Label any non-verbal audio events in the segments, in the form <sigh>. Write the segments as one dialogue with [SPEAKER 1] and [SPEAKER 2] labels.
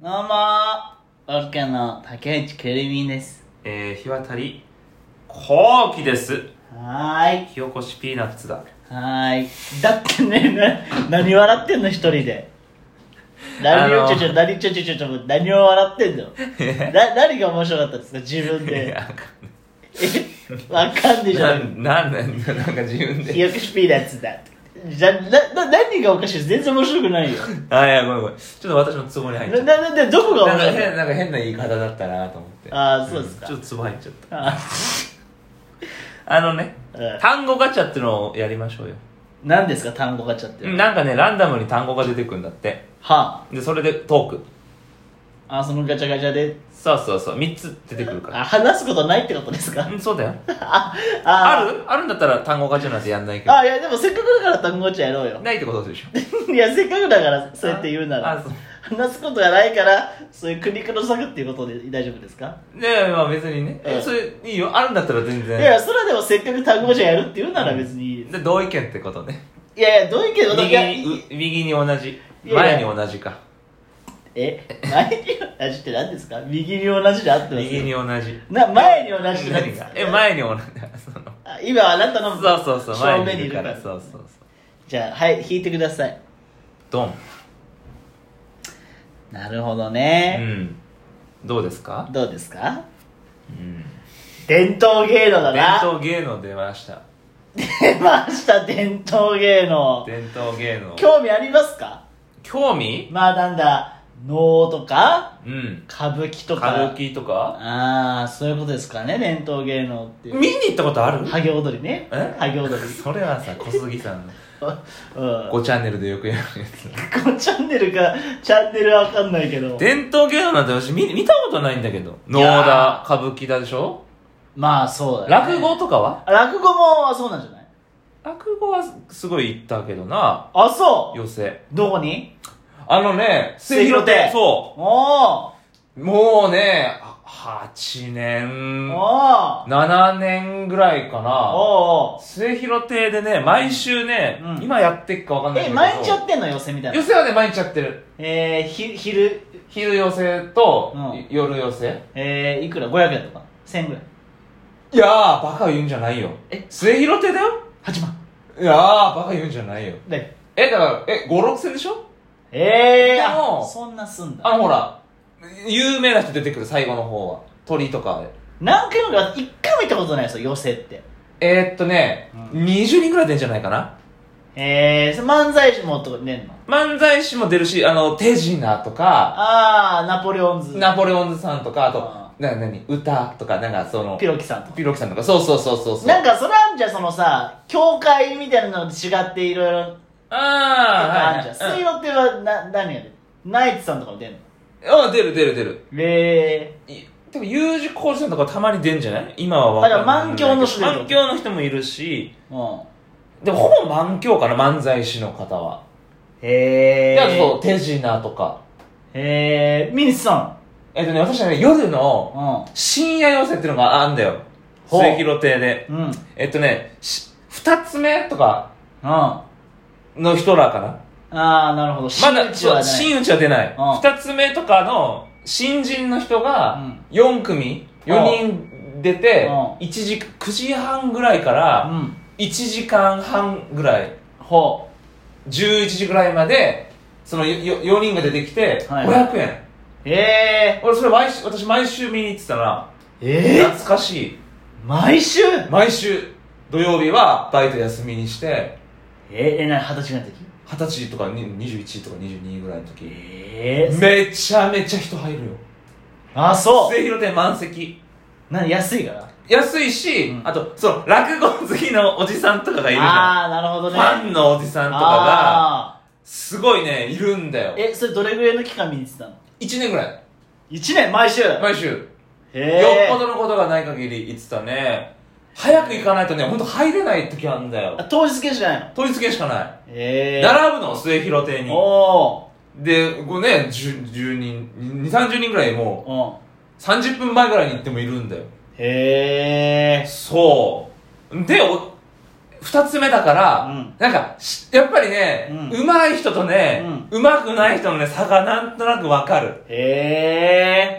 [SPEAKER 1] どうもーオッケーの竹内くるみんです。
[SPEAKER 2] えー、日渡り、後期です。
[SPEAKER 1] はーい。
[SPEAKER 2] 火起こしピーナッツだ。
[SPEAKER 1] はーい。だってね、な、何笑ってんの一人で。何を
[SPEAKER 2] あの
[SPEAKER 1] ちょちょ、何ちょちょちょちょ、何を笑ってんのな、何が面白かったですか自分
[SPEAKER 2] い
[SPEAKER 1] で。
[SPEAKER 2] や、
[SPEAKER 1] え、わかんねえじゃ。
[SPEAKER 2] <laughs> なんん、なん、なんなんか自分
[SPEAKER 1] ひ
[SPEAKER 2] で。
[SPEAKER 1] よくしピーナッツだ。じゃ、な、な、何がおかしい全然面白くないよ。
[SPEAKER 2] あ、いや、ごめんごめん。ちょっと私のツボに入っちゃ
[SPEAKER 1] な、
[SPEAKER 2] った。
[SPEAKER 1] な、な、どこが
[SPEAKER 2] な
[SPEAKER 1] 面
[SPEAKER 2] んか
[SPEAKER 1] 白い
[SPEAKER 2] 変、なんか変な言い方だったなと思って。
[SPEAKER 1] あーそうですか
[SPEAKER 2] んちょっとツボ入っちゃった。
[SPEAKER 1] あ
[SPEAKER 2] あのね、
[SPEAKER 1] うん
[SPEAKER 2] 単語ガチャってのをやりましょうよ。
[SPEAKER 1] 何ですか単語ガチャって。は
[SPEAKER 2] なんかね、ランダムに単語が出てくるんだって。
[SPEAKER 1] あ。
[SPEAKER 2] で、それでトーク。
[SPEAKER 1] あ、そのガチャガチャで。
[SPEAKER 2] そうそうそう、3つ出てくるか。
[SPEAKER 1] あ、話すことないってことですから
[SPEAKER 2] うん、そうだよ。
[SPEAKER 1] あ、
[SPEAKER 2] あ
[SPEAKER 1] あ
[SPEAKER 2] るあるんだったら単語ガチャなんてやんないけど。
[SPEAKER 1] あ、いや、でもせっかくだから単語ガチャや
[SPEAKER 2] <laughs>
[SPEAKER 1] ろうよ。
[SPEAKER 2] ないってことでしょ。
[SPEAKER 1] いや、せっかくだから、そうやって言うな
[SPEAKER 2] あ
[SPEAKER 1] ら
[SPEAKER 2] そう。
[SPEAKER 1] 話すことがないから、そういう苦肉の策っていうことで大丈夫ですか
[SPEAKER 2] いやいやまあ別にね、
[SPEAKER 1] う
[SPEAKER 2] え
[SPEAKER 1] ん
[SPEAKER 2] それいいよあるんだったら全
[SPEAKER 1] い
[SPEAKER 2] 然
[SPEAKER 1] や、それはでもせっかく単語ガチャやるって言うなら別にいいです。
[SPEAKER 2] で同意見ってことね
[SPEAKER 1] いやいや、どういうけど、い
[SPEAKER 2] 右
[SPEAKER 1] や
[SPEAKER 2] にう右に同じ
[SPEAKER 1] いやいや
[SPEAKER 2] 前に同じか
[SPEAKER 1] え、前に同じって何 <laughs> ですか右に同じで合ってます
[SPEAKER 2] 右に
[SPEAKER 1] よ。
[SPEAKER 2] 同じ
[SPEAKER 1] な、前に同じって何で
[SPEAKER 2] 何
[SPEAKER 1] すか
[SPEAKER 2] がえ前に同じ <laughs> その
[SPEAKER 1] あ今あなたの
[SPEAKER 2] そうそうそう
[SPEAKER 1] 正面
[SPEAKER 2] 前
[SPEAKER 1] に
[SPEAKER 2] にい
[SPEAKER 1] い
[SPEAKER 2] る
[SPEAKER 1] る
[SPEAKER 2] か
[SPEAKER 1] から
[SPEAKER 2] ら。そうそうそう
[SPEAKER 1] じゃあ、はい、引いてください。
[SPEAKER 2] ドン
[SPEAKER 1] なるほど
[SPEAKER 2] う
[SPEAKER 1] ね。
[SPEAKER 2] んどうですか、
[SPEAKER 1] どうですか
[SPEAKER 2] うん、
[SPEAKER 1] 伝統芸能だ
[SPEAKER 2] 伝
[SPEAKER 1] な。
[SPEAKER 2] 統芸能出ました
[SPEAKER 1] 出ました伝統芸能
[SPEAKER 2] 伝統芸能
[SPEAKER 1] 興味ありますか
[SPEAKER 2] 興味
[SPEAKER 1] まあなんだ能とか
[SPEAKER 2] うん
[SPEAKER 1] 歌舞伎と
[SPEAKER 2] 歌
[SPEAKER 1] か
[SPEAKER 2] 舞伎とか
[SPEAKER 1] ああそういうことですかね伝統芸能っていう
[SPEAKER 2] 見に行ったことある
[SPEAKER 1] ハゲ踊りね
[SPEAKER 2] え
[SPEAKER 1] ハゲ踊り
[SPEAKER 2] それはさ小杉さんの
[SPEAKER 1] うん
[SPEAKER 2] 5チャンネルでよくやるやつ
[SPEAKER 1] 5チャンネルかチャンネルはわかんないけど
[SPEAKER 2] 伝統芸能なんて私見見たことないんだけど能だ歌舞伎だでしょ
[SPEAKER 1] まあそうだ、ね、
[SPEAKER 2] 落語とかは
[SPEAKER 1] 落語もそうなんじゃない
[SPEAKER 2] 落語はすごい行ったけどな
[SPEAKER 1] あそう
[SPEAKER 2] 寄せ
[SPEAKER 1] どこに
[SPEAKER 2] あのね
[SPEAKER 1] 末広亭
[SPEAKER 2] そ
[SPEAKER 1] おー
[SPEAKER 2] うもうねは8年
[SPEAKER 1] おー
[SPEAKER 2] 7年ぐらいかな
[SPEAKER 1] おーお
[SPEAKER 2] 末広亭でね毎週ね、
[SPEAKER 1] うん
[SPEAKER 2] 今やってっかわかん
[SPEAKER 1] ー
[SPEAKER 2] ない
[SPEAKER 1] え
[SPEAKER 2] けど
[SPEAKER 1] 毎日やってんの寄せみたい
[SPEAKER 2] 寄
[SPEAKER 1] な
[SPEAKER 2] せはね毎日やってる
[SPEAKER 1] えー、ひ昼
[SPEAKER 2] 昼寄せと、
[SPEAKER 1] うん
[SPEAKER 2] い夜寄せ
[SPEAKER 1] えー、いくら500円とか1000円ぐらい
[SPEAKER 2] いやーバカ言うんじゃないよ
[SPEAKER 1] え
[SPEAKER 2] 末広亭だよ
[SPEAKER 1] 8万
[SPEAKER 2] いやーバカ言うんじゃないよ
[SPEAKER 1] で
[SPEAKER 2] えだからえ56千でしょ
[SPEAKER 1] ええー、
[SPEAKER 2] でも
[SPEAKER 1] あそんなすんだ
[SPEAKER 2] あのほら、有名な人出てくる最後の方は。鳥とかで。
[SPEAKER 1] 何回もか一回も行ったことないですよ寄せって
[SPEAKER 2] えー、っとね、
[SPEAKER 1] う
[SPEAKER 2] 20人くらい出るんじゃないかな。
[SPEAKER 1] ええー、漫才師もとか出んの
[SPEAKER 2] 漫才師も出るし、あの、手品とか、
[SPEAKER 1] ああナポレオンズ
[SPEAKER 2] ナポレオンズさんとか、あと
[SPEAKER 1] あ、
[SPEAKER 2] な、なに、歌とか、なんかその
[SPEAKER 1] ピ、ロキさんとか
[SPEAKER 2] ピロキさんとか、そうそうそうそうそう。
[SPEAKER 1] な
[SPEAKER 2] あ
[SPEAKER 1] んかそれあんじゃんそのさ教会みたいなのと違っていろいろとかあん
[SPEAKER 2] あ
[SPEAKER 1] じゃん
[SPEAKER 2] ー、は
[SPEAKER 1] 水
[SPEAKER 2] い、
[SPEAKER 1] 曜ってはな何やるナイツさんとかも出んの
[SPEAKER 2] はい。うん、出る出る出る。
[SPEAKER 1] ええ
[SPEAKER 2] いでも U 字工事さんとかたまに出るんじゃない今はわかんないけど。
[SPEAKER 1] あじゃあ満響の人出る
[SPEAKER 2] 満響の人もいるし、
[SPEAKER 1] ー、うん
[SPEAKER 2] でもほぼ満響かな、漫才師の方は。
[SPEAKER 1] え
[SPEAKER 2] で、あとそ
[SPEAKER 1] ー
[SPEAKER 2] う、手品とか。
[SPEAKER 1] えー、ミニスさ
[SPEAKER 2] えっとね、私はね、夜の
[SPEAKER 1] ん、う
[SPEAKER 2] 深夜寄せっていうのがあんだよ。
[SPEAKER 1] ほう
[SPEAKER 2] 末広亭で。
[SPEAKER 1] んうんうん
[SPEAKER 2] えっとね、し二つ目とか
[SPEAKER 1] あ
[SPEAKER 2] の人らかな。
[SPEAKER 1] あーなるほど
[SPEAKER 2] ま
[SPEAKER 1] 真打
[SPEAKER 2] だ、
[SPEAKER 1] ちはね
[SPEAKER 2] 真打ちは出ない。
[SPEAKER 1] うん
[SPEAKER 2] 二つ目とかの新人の人
[SPEAKER 1] う
[SPEAKER 2] が
[SPEAKER 1] ん、
[SPEAKER 2] 4組、4人出て
[SPEAKER 1] う、
[SPEAKER 2] 一時、9時半ぐらいから、
[SPEAKER 1] うん
[SPEAKER 2] 1時間半ぐらい、
[SPEAKER 1] ほう
[SPEAKER 2] 11時ぐらいまで、その4人が出てきて、
[SPEAKER 1] はい
[SPEAKER 2] 500円。
[SPEAKER 1] え
[SPEAKER 2] 俺、それ毎週、私毎週見に行ってたな。
[SPEAKER 1] ー、えー、
[SPEAKER 2] 懐かしい。
[SPEAKER 1] 毎週
[SPEAKER 2] 毎週土曜日はバイト休みにして
[SPEAKER 1] ええな二十歳ぐらいの時
[SPEAKER 2] 二十歳とかに21とか22ぐらいの時
[SPEAKER 1] ええ
[SPEAKER 2] めちゃめちゃ人入るよ
[SPEAKER 1] あそう
[SPEAKER 2] 末広亭満席
[SPEAKER 1] 何安いから
[SPEAKER 2] 安いし、
[SPEAKER 1] うん
[SPEAKER 2] あとその落語好きのおじさんとかがいるじゃん
[SPEAKER 1] ああなるほど
[SPEAKER 2] フ
[SPEAKER 1] ね
[SPEAKER 2] ァンのおじさんとかが
[SPEAKER 1] あ
[SPEAKER 2] すごいねいるんだ
[SPEAKER 1] ー
[SPEAKER 2] よ
[SPEAKER 1] えそれどれぐらいの期間見に行ってたの
[SPEAKER 2] 1年ぐらい
[SPEAKER 1] 1年毎週へ
[SPEAKER 2] 毎週、
[SPEAKER 1] え
[SPEAKER 2] よっぽどのことがない限り行ってたね早く行かないとねほんと入れない時あるんだよ
[SPEAKER 1] 当日券しかないの
[SPEAKER 2] 取り付けしかない、
[SPEAKER 1] ええ
[SPEAKER 2] 並ぶの末広亭に
[SPEAKER 1] お
[SPEAKER 2] で、こうね、10, 10人、2、30人ぐらいも
[SPEAKER 1] お
[SPEAKER 2] う、30分前ぐらいに行ってもいるんだよ。
[SPEAKER 1] うんへえ
[SPEAKER 2] そう。で、お、二つ目だから、
[SPEAKER 1] うん
[SPEAKER 2] なんかし、やっぱりね、
[SPEAKER 1] う
[SPEAKER 2] うま、い人とね、うま、くない人のね、差がなんとなくわかる。
[SPEAKER 1] へ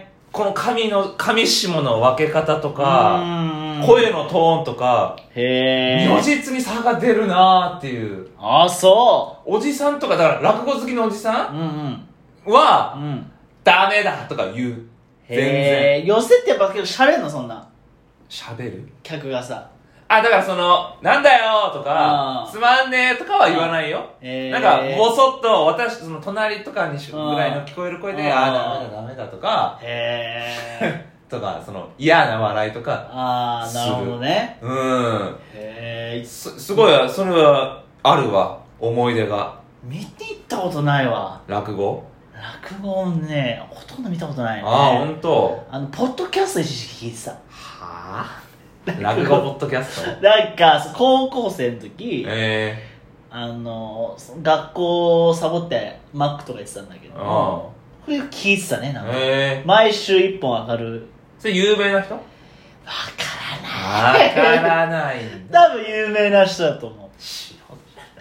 [SPEAKER 1] え
[SPEAKER 2] この髪の、髪下の分け方とか、
[SPEAKER 1] ー
[SPEAKER 2] 声のトーンとか、
[SPEAKER 1] へえ
[SPEAKER 2] 如実に差が出るなーっていう。
[SPEAKER 1] ああそ
[SPEAKER 2] おじさんとか、だから落語好きのおじさ
[SPEAKER 1] ううんうん
[SPEAKER 2] んは、
[SPEAKER 1] うん
[SPEAKER 2] ダメだとか言う。全然。
[SPEAKER 1] へえ寄せってやっぱ結構しゃれんのそんな
[SPEAKER 2] 喋る
[SPEAKER 1] 客がさ
[SPEAKER 2] あ、だからその、なんだよと
[SPEAKER 1] あ
[SPEAKER 2] か
[SPEAKER 1] ー、
[SPEAKER 2] つまんねえとかは言わないよ。
[SPEAKER 1] えー
[SPEAKER 2] なんか、ぼそっと、私、その、隣とかにしぐらいの聞こえる声で、
[SPEAKER 1] あー
[SPEAKER 2] あー、ダメだ、ダメだとか、
[SPEAKER 1] へえ
[SPEAKER 2] とか、その、嫌な笑いとか、
[SPEAKER 1] あ
[SPEAKER 2] <laughs>
[SPEAKER 1] あなるほどね
[SPEAKER 2] うん。
[SPEAKER 1] へえ
[SPEAKER 2] す、すごい、それは、あるわ。思い出が。
[SPEAKER 1] 見に行ったことないわ
[SPEAKER 2] 落語
[SPEAKER 1] 落語ねほとんど見たことないね
[SPEAKER 2] あー、ほんと。
[SPEAKER 1] あのポッドキャスト一時期聞いてた
[SPEAKER 2] はぁ落語ポッドキャ
[SPEAKER 1] <laughs>
[SPEAKER 2] スト
[SPEAKER 1] なんか高校生の時
[SPEAKER 2] え
[SPEAKER 1] あのそ学校をサボってマックとかやってたんだけ
[SPEAKER 2] ー。
[SPEAKER 1] ど
[SPEAKER 2] うん
[SPEAKER 1] こ。れ聞いてたねなんか、
[SPEAKER 2] えー。
[SPEAKER 1] 毎週一本上がる
[SPEAKER 2] それ有名な人わ
[SPEAKER 1] <laughs> わからない
[SPEAKER 2] からないんだ。
[SPEAKER 1] 多分有名な人だと思う
[SPEAKER 2] 素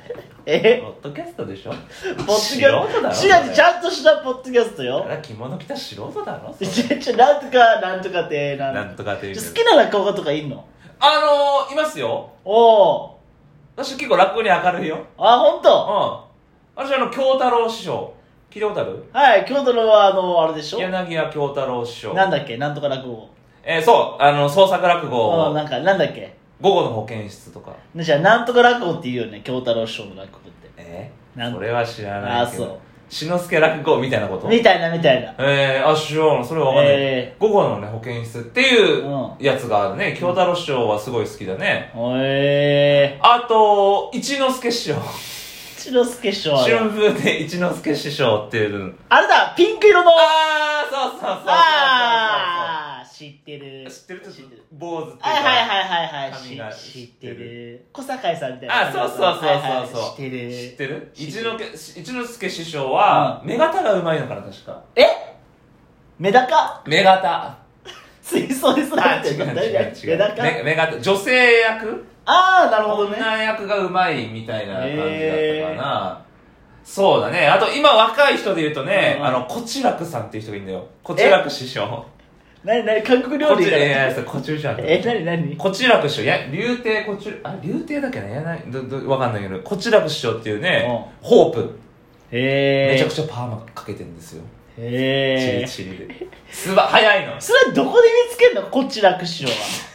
[SPEAKER 2] 人
[SPEAKER 1] え
[SPEAKER 2] ポッドキャスト
[SPEAKER 1] <laughs>
[SPEAKER 2] でしょ
[SPEAKER 1] ポッド
[SPEAKER 2] 素
[SPEAKER 1] キ
[SPEAKER 2] 人だろ
[SPEAKER 1] ャス
[SPEAKER 2] そ
[SPEAKER 1] ト
[SPEAKER 2] れ
[SPEAKER 1] 違うちゃんとしたポッドキャスト
[SPEAKER 2] だか
[SPEAKER 1] よ
[SPEAKER 2] ら着物着た素人だろそれ
[SPEAKER 1] ちょちょなんとかなんとかってなん
[SPEAKER 2] なんとかっていう
[SPEAKER 1] ち
[SPEAKER 2] け
[SPEAKER 1] ょ
[SPEAKER 2] ど
[SPEAKER 1] 好きな落語家とかいんの
[SPEAKER 2] あのー、いますよ。
[SPEAKER 1] おお
[SPEAKER 2] 私結構落語に明るいよ。
[SPEAKER 1] あ本
[SPEAKER 2] うん。
[SPEAKER 1] 当。
[SPEAKER 2] 私あの、京太郎師匠。聞いたことある
[SPEAKER 1] はい京都のはあのあれでしょ
[SPEAKER 2] 柳家京太郎師匠。
[SPEAKER 1] なんだっけなんとか落語
[SPEAKER 2] えー、そう、あの、創作落
[SPEAKER 1] あ
[SPEAKER 2] 語、
[SPEAKER 1] なんかなんだっけ
[SPEAKER 2] 午後の保健室とか。
[SPEAKER 1] じゃあなんとか落語って言うよね京太郎師匠の落語って
[SPEAKER 2] え
[SPEAKER 1] なん
[SPEAKER 2] ー、それは知ら
[SPEAKER 1] あ
[SPEAKER 2] な
[SPEAKER 1] あ
[SPEAKER 2] いけ
[SPEAKER 1] そう
[SPEAKER 2] ど。志の輔落語みたいなこと
[SPEAKER 1] みたいなみたいな
[SPEAKER 2] えー、あ、師匠、それはわかんない。
[SPEAKER 1] え
[SPEAKER 2] 午後のね、保健室っていう
[SPEAKER 1] う
[SPEAKER 2] やつがあるね。京太郎師匠はすごい好きだね。
[SPEAKER 1] へえ
[SPEAKER 2] あと、一之輔師匠。
[SPEAKER 1] 一之輔師匠は
[SPEAKER 2] 春風亭一之輔師匠っていうの。
[SPEAKER 1] あれだピンク色の
[SPEAKER 2] あー、そうそうそうそうそうそう。
[SPEAKER 1] ああ知ってる
[SPEAKER 2] 知ってる
[SPEAKER 1] 知ってる
[SPEAKER 2] 坊主っていうか。
[SPEAKER 1] はいはいはいはいは
[SPEAKER 2] 髪が
[SPEAKER 1] いし知
[SPEAKER 2] 知
[SPEAKER 1] っ
[SPEAKER 2] っててる
[SPEAKER 1] る小堺さんみたいな
[SPEAKER 2] あ、そうそうそう
[SPEAKER 1] はいはい
[SPEAKER 2] そうそう。
[SPEAKER 1] 知ってる
[SPEAKER 2] 知ってる
[SPEAKER 1] 知ってる
[SPEAKER 2] 一之輔一之輔師匠は、目方がうまいのかな、確か。
[SPEAKER 1] えメダカ
[SPEAKER 2] 目方。
[SPEAKER 1] 水槽で育
[SPEAKER 2] あ、
[SPEAKER 1] て
[SPEAKER 2] 違
[SPEAKER 1] る
[SPEAKER 2] う
[SPEAKER 1] の
[SPEAKER 2] 違う違
[SPEAKER 1] メ
[SPEAKER 2] う。
[SPEAKER 1] ダカ
[SPEAKER 2] め目方。女性役
[SPEAKER 1] ああなるほどね
[SPEAKER 2] 女役がうまいみたいな感じだったかな、そうだねあと今若い人で言うとね、
[SPEAKER 1] うん
[SPEAKER 2] あのこちらくさんっていう人がいるんだよこちらく師匠
[SPEAKER 1] なになに韓国料
[SPEAKER 2] こ
[SPEAKER 1] 理
[SPEAKER 2] ち
[SPEAKER 1] が
[SPEAKER 2] らいやいやこちらくさん
[SPEAKER 1] えなになに
[SPEAKER 2] こちらく師匠いや竜亭こちらあ竜亭だっけなやないどどわかんないけどこちらく師匠っていうね、ホープ
[SPEAKER 1] へえ
[SPEAKER 2] めちゃくちゃパーマかけてるんですよ、
[SPEAKER 1] へえ
[SPEAKER 2] チリチリですば早いの
[SPEAKER 1] それはどこで見つけんのこっち楽師匠は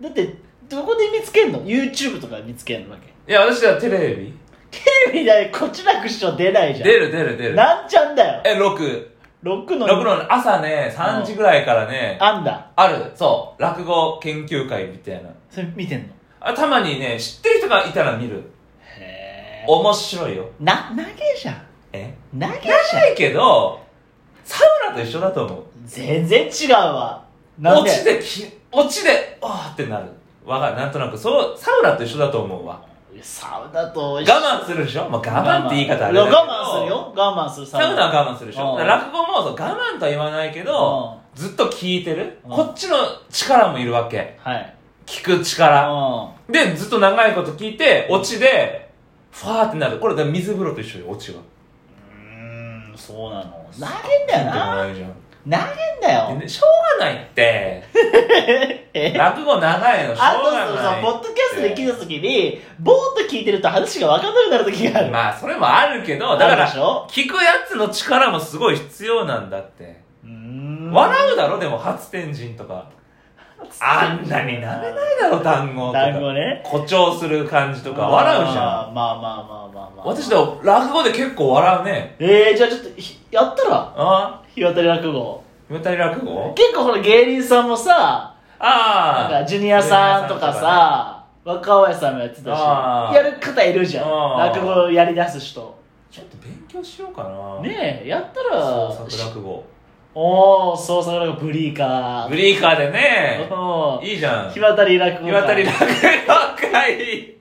[SPEAKER 1] だってどこで見つけんの YouTube とかで見つけんのわけ
[SPEAKER 2] いや私はテレビ
[SPEAKER 1] テレビでこっち楽師匠出ないじゃん
[SPEAKER 2] 出る出る出る
[SPEAKER 1] なんちゃんだよ
[SPEAKER 2] え六
[SPEAKER 1] ロックの
[SPEAKER 2] 六のね朝ね3時ぐらいからね、
[SPEAKER 1] あんだ
[SPEAKER 2] ある、そう、落語研究会みたいな。
[SPEAKER 1] それ見てんの
[SPEAKER 2] あたまにね、知ってる人がいたら見る。
[SPEAKER 1] へえ
[SPEAKER 2] 面白いよ。
[SPEAKER 1] な投げじゃん
[SPEAKER 2] え
[SPEAKER 1] 投げじゃん
[SPEAKER 2] ないけど、サウナと一緒だと思う。
[SPEAKER 1] 全然違うわなん
[SPEAKER 2] 落ち
[SPEAKER 1] で
[SPEAKER 2] でき、落ちで、わーってなる。わかる、なんとなく、そう、サウナと一緒だと思うわ。
[SPEAKER 1] サウナと
[SPEAKER 2] 我
[SPEAKER 1] 一緒
[SPEAKER 2] 慢するでしょもう我慢って言い方あ
[SPEAKER 1] い
[SPEAKER 2] れだ
[SPEAKER 1] や
[SPEAKER 2] けど。
[SPEAKER 1] 我慢する。よ我慢する
[SPEAKER 2] サウナは我慢するでし
[SPEAKER 1] う
[SPEAKER 2] ょ
[SPEAKER 1] ん
[SPEAKER 2] だから落語もそう我慢とは言わないけど、
[SPEAKER 1] うん
[SPEAKER 2] ずっと聞いてる。
[SPEAKER 1] うん
[SPEAKER 2] こっちの力もいるわけ。
[SPEAKER 1] はい
[SPEAKER 2] 聞く力。
[SPEAKER 1] うん
[SPEAKER 2] で、ずっと長いこと聞いて、オチで、ファーってなる。これ、だから水風呂と一緒よ、オチは。
[SPEAKER 1] うーんそうなの投げんだよな
[SPEAKER 2] 聞いてもら
[SPEAKER 1] 投げんだ
[SPEAKER 2] えるじゃん
[SPEAKER 1] よ
[SPEAKER 2] でねしょうがないって。
[SPEAKER 1] <laughs> え
[SPEAKER 2] 落語長いの、しょう
[SPEAKER 1] あと
[SPEAKER 2] が
[SPEAKER 1] さ
[SPEAKER 2] ない。
[SPEAKER 1] ポッドキャストで聞いた時にぼーっと聞いてると話が分かんなくなる時がある
[SPEAKER 2] まあ、それもあるけど、だか
[SPEAKER 1] ある
[SPEAKER 2] ら
[SPEAKER 1] でし、ょ
[SPEAKER 2] 聞くやつの力もすごい必要なんだって。
[SPEAKER 1] うーん
[SPEAKER 2] 笑うだろ、でも、初天神とか。あんなになめないだろ、単語とか。
[SPEAKER 1] 単語ね
[SPEAKER 2] 誇張する感じとか、笑うじゃん。
[SPEAKER 1] んまあまあまあまあまあ
[SPEAKER 2] 私、だ、落語で結構笑うね。
[SPEAKER 1] えー、じゃあちょっとひやったら
[SPEAKER 2] あ
[SPEAKER 1] 日渡り落語
[SPEAKER 2] あ無体落語
[SPEAKER 1] 結構ほら芸人さんもさなん
[SPEAKER 2] あ
[SPEAKER 1] か
[SPEAKER 2] あ。
[SPEAKER 1] ジュニアさんとかさ若林さんもやってたし
[SPEAKER 2] あー
[SPEAKER 1] やる方いるじゃん
[SPEAKER 2] あー
[SPEAKER 1] 落語やりだす人
[SPEAKER 2] ちょっと勉強しようかな。
[SPEAKER 1] ねえやった
[SPEAKER 2] 創
[SPEAKER 1] ら
[SPEAKER 2] 作落語。
[SPEAKER 1] おお創作落語ブリーカ
[SPEAKER 2] ブリーカーでね
[SPEAKER 1] ー、おー
[SPEAKER 2] いいじゃん。
[SPEAKER 1] 日
[SPEAKER 2] 日
[SPEAKER 1] 渡り落語
[SPEAKER 2] 渡り
[SPEAKER 1] 会
[SPEAKER 2] 落語会。い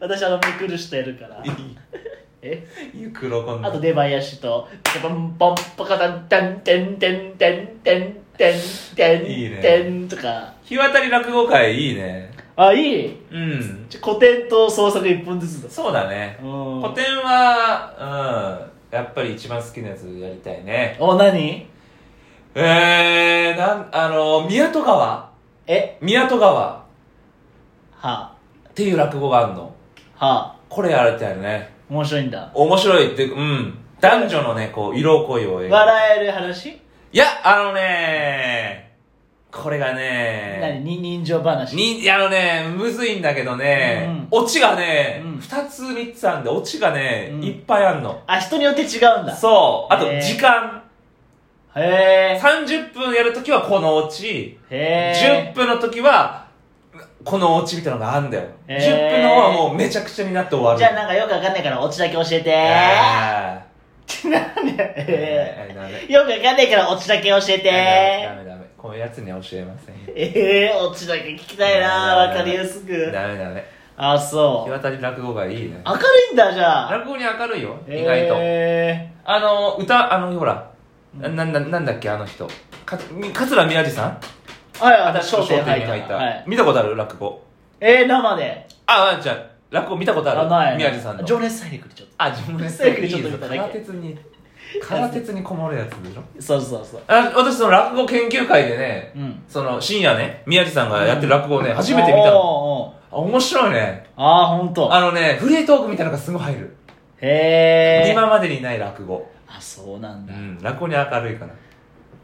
[SPEAKER 1] 私あのめくる人やるからえ
[SPEAKER 2] いよ、黒子
[SPEAKER 1] あと
[SPEAKER 2] の。
[SPEAKER 1] 出囃子と「ポンポンポカタンタンテンテンテンテンテンテンテン」とか
[SPEAKER 2] 日渡り落語会いいね。
[SPEAKER 1] ああいい
[SPEAKER 2] うん
[SPEAKER 1] じゃ古典と創作一本ずつだ
[SPEAKER 2] そうだね
[SPEAKER 1] うん
[SPEAKER 2] 古典はうんやっぱり一番好きなやつやりたいね
[SPEAKER 1] お何
[SPEAKER 2] えー、なんあの宮戸川
[SPEAKER 1] え
[SPEAKER 2] 宮戸川
[SPEAKER 1] は
[SPEAKER 2] っていう落語があるの
[SPEAKER 1] あはあ
[SPEAKER 2] これやられたよね
[SPEAKER 1] 面白いんだ
[SPEAKER 2] 面白いっていううん男女のねこう色恋を描い
[SPEAKER 1] 笑える話
[SPEAKER 2] いやあのねこれがね
[SPEAKER 1] 何に人情話
[SPEAKER 2] に、あのね、むずいんだけどね、オチがね
[SPEAKER 1] うん、
[SPEAKER 2] 二、つ三つあんで、オチがね、
[SPEAKER 1] うん
[SPEAKER 2] いっぱいあんの。
[SPEAKER 1] あ人によって違うんだ
[SPEAKER 2] そう。あと
[SPEAKER 1] へー、
[SPEAKER 2] 時間。
[SPEAKER 1] へえ
[SPEAKER 2] 30分やるときはこのオチ、
[SPEAKER 1] へ
[SPEAKER 2] 10
[SPEAKER 1] え
[SPEAKER 2] 分のときは、このオチみたいなのがあんだよ。
[SPEAKER 1] へー
[SPEAKER 2] 10分の方はもうめちゃくちゃになって終わる。
[SPEAKER 1] じゃあなんかよくわかんないからオチだけ教えて
[SPEAKER 2] あ
[SPEAKER 1] なんで
[SPEAKER 2] ー
[SPEAKER 1] え
[SPEAKER 2] ダメ
[SPEAKER 1] <laughs> ーよくわかんないからオチだけ教えて
[SPEAKER 2] ダメダメダメ。こういうやつには教えませんよ。
[SPEAKER 1] ええー、オチだけ聞きたいなわかりやすく
[SPEAKER 2] ダメダメ。
[SPEAKER 1] あそ
[SPEAKER 2] 日
[SPEAKER 1] う
[SPEAKER 2] 渡り落語がいいね。
[SPEAKER 1] 明るいんだじゃあ
[SPEAKER 2] 落語に明るいよ、意外と。
[SPEAKER 1] え
[SPEAKER 2] あの、歌、あの、ほら、な、な、ななんだっけ、あの人。か、み桂宮治さん
[SPEAKER 1] ー、はいあ
[SPEAKER 2] 私
[SPEAKER 1] 商店入
[SPEAKER 2] に
[SPEAKER 1] ったはい、
[SPEAKER 2] 見たことある落語。
[SPEAKER 1] えー、生で
[SPEAKER 2] あ、あ、じゃあ落語見たことある
[SPEAKER 1] ない
[SPEAKER 2] 宮治さんの。
[SPEAKER 1] 情熱大陸でちょっ
[SPEAKER 2] あ、情熱
[SPEAKER 1] 情熱大陸ちょっと見ただけ
[SPEAKER 2] 空鉄に、空鉄にこもるやつでしょ
[SPEAKER 1] とそうそうそう
[SPEAKER 2] あ私、その落語研究会でね、
[SPEAKER 1] うん
[SPEAKER 2] その、深夜ね、宮治さんがやってる落語をね、初めて見たの。
[SPEAKER 1] おーおー
[SPEAKER 2] あ、面白いね。
[SPEAKER 1] ああほんと
[SPEAKER 2] あのね、フリートークみたいなのがすごい入る。
[SPEAKER 1] へえ
[SPEAKER 2] 今までにない落語。
[SPEAKER 1] あそうなん
[SPEAKER 2] う
[SPEAKER 1] だ、
[SPEAKER 2] ん、落語に明るいから。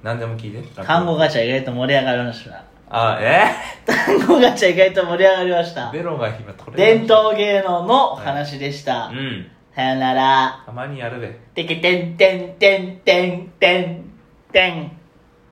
[SPEAKER 2] 何でも聞いて。落語
[SPEAKER 1] 単語ガチャ意外と盛り上がりました
[SPEAKER 2] あ、えー
[SPEAKER 1] 単語ガチャ意外と盛り上がりました
[SPEAKER 2] ベロが今取れ
[SPEAKER 1] 伝統芸能の話でした、
[SPEAKER 2] うん
[SPEAKER 1] さよなら
[SPEAKER 2] たまにやるべ
[SPEAKER 1] てけてんてんてんてんてんてん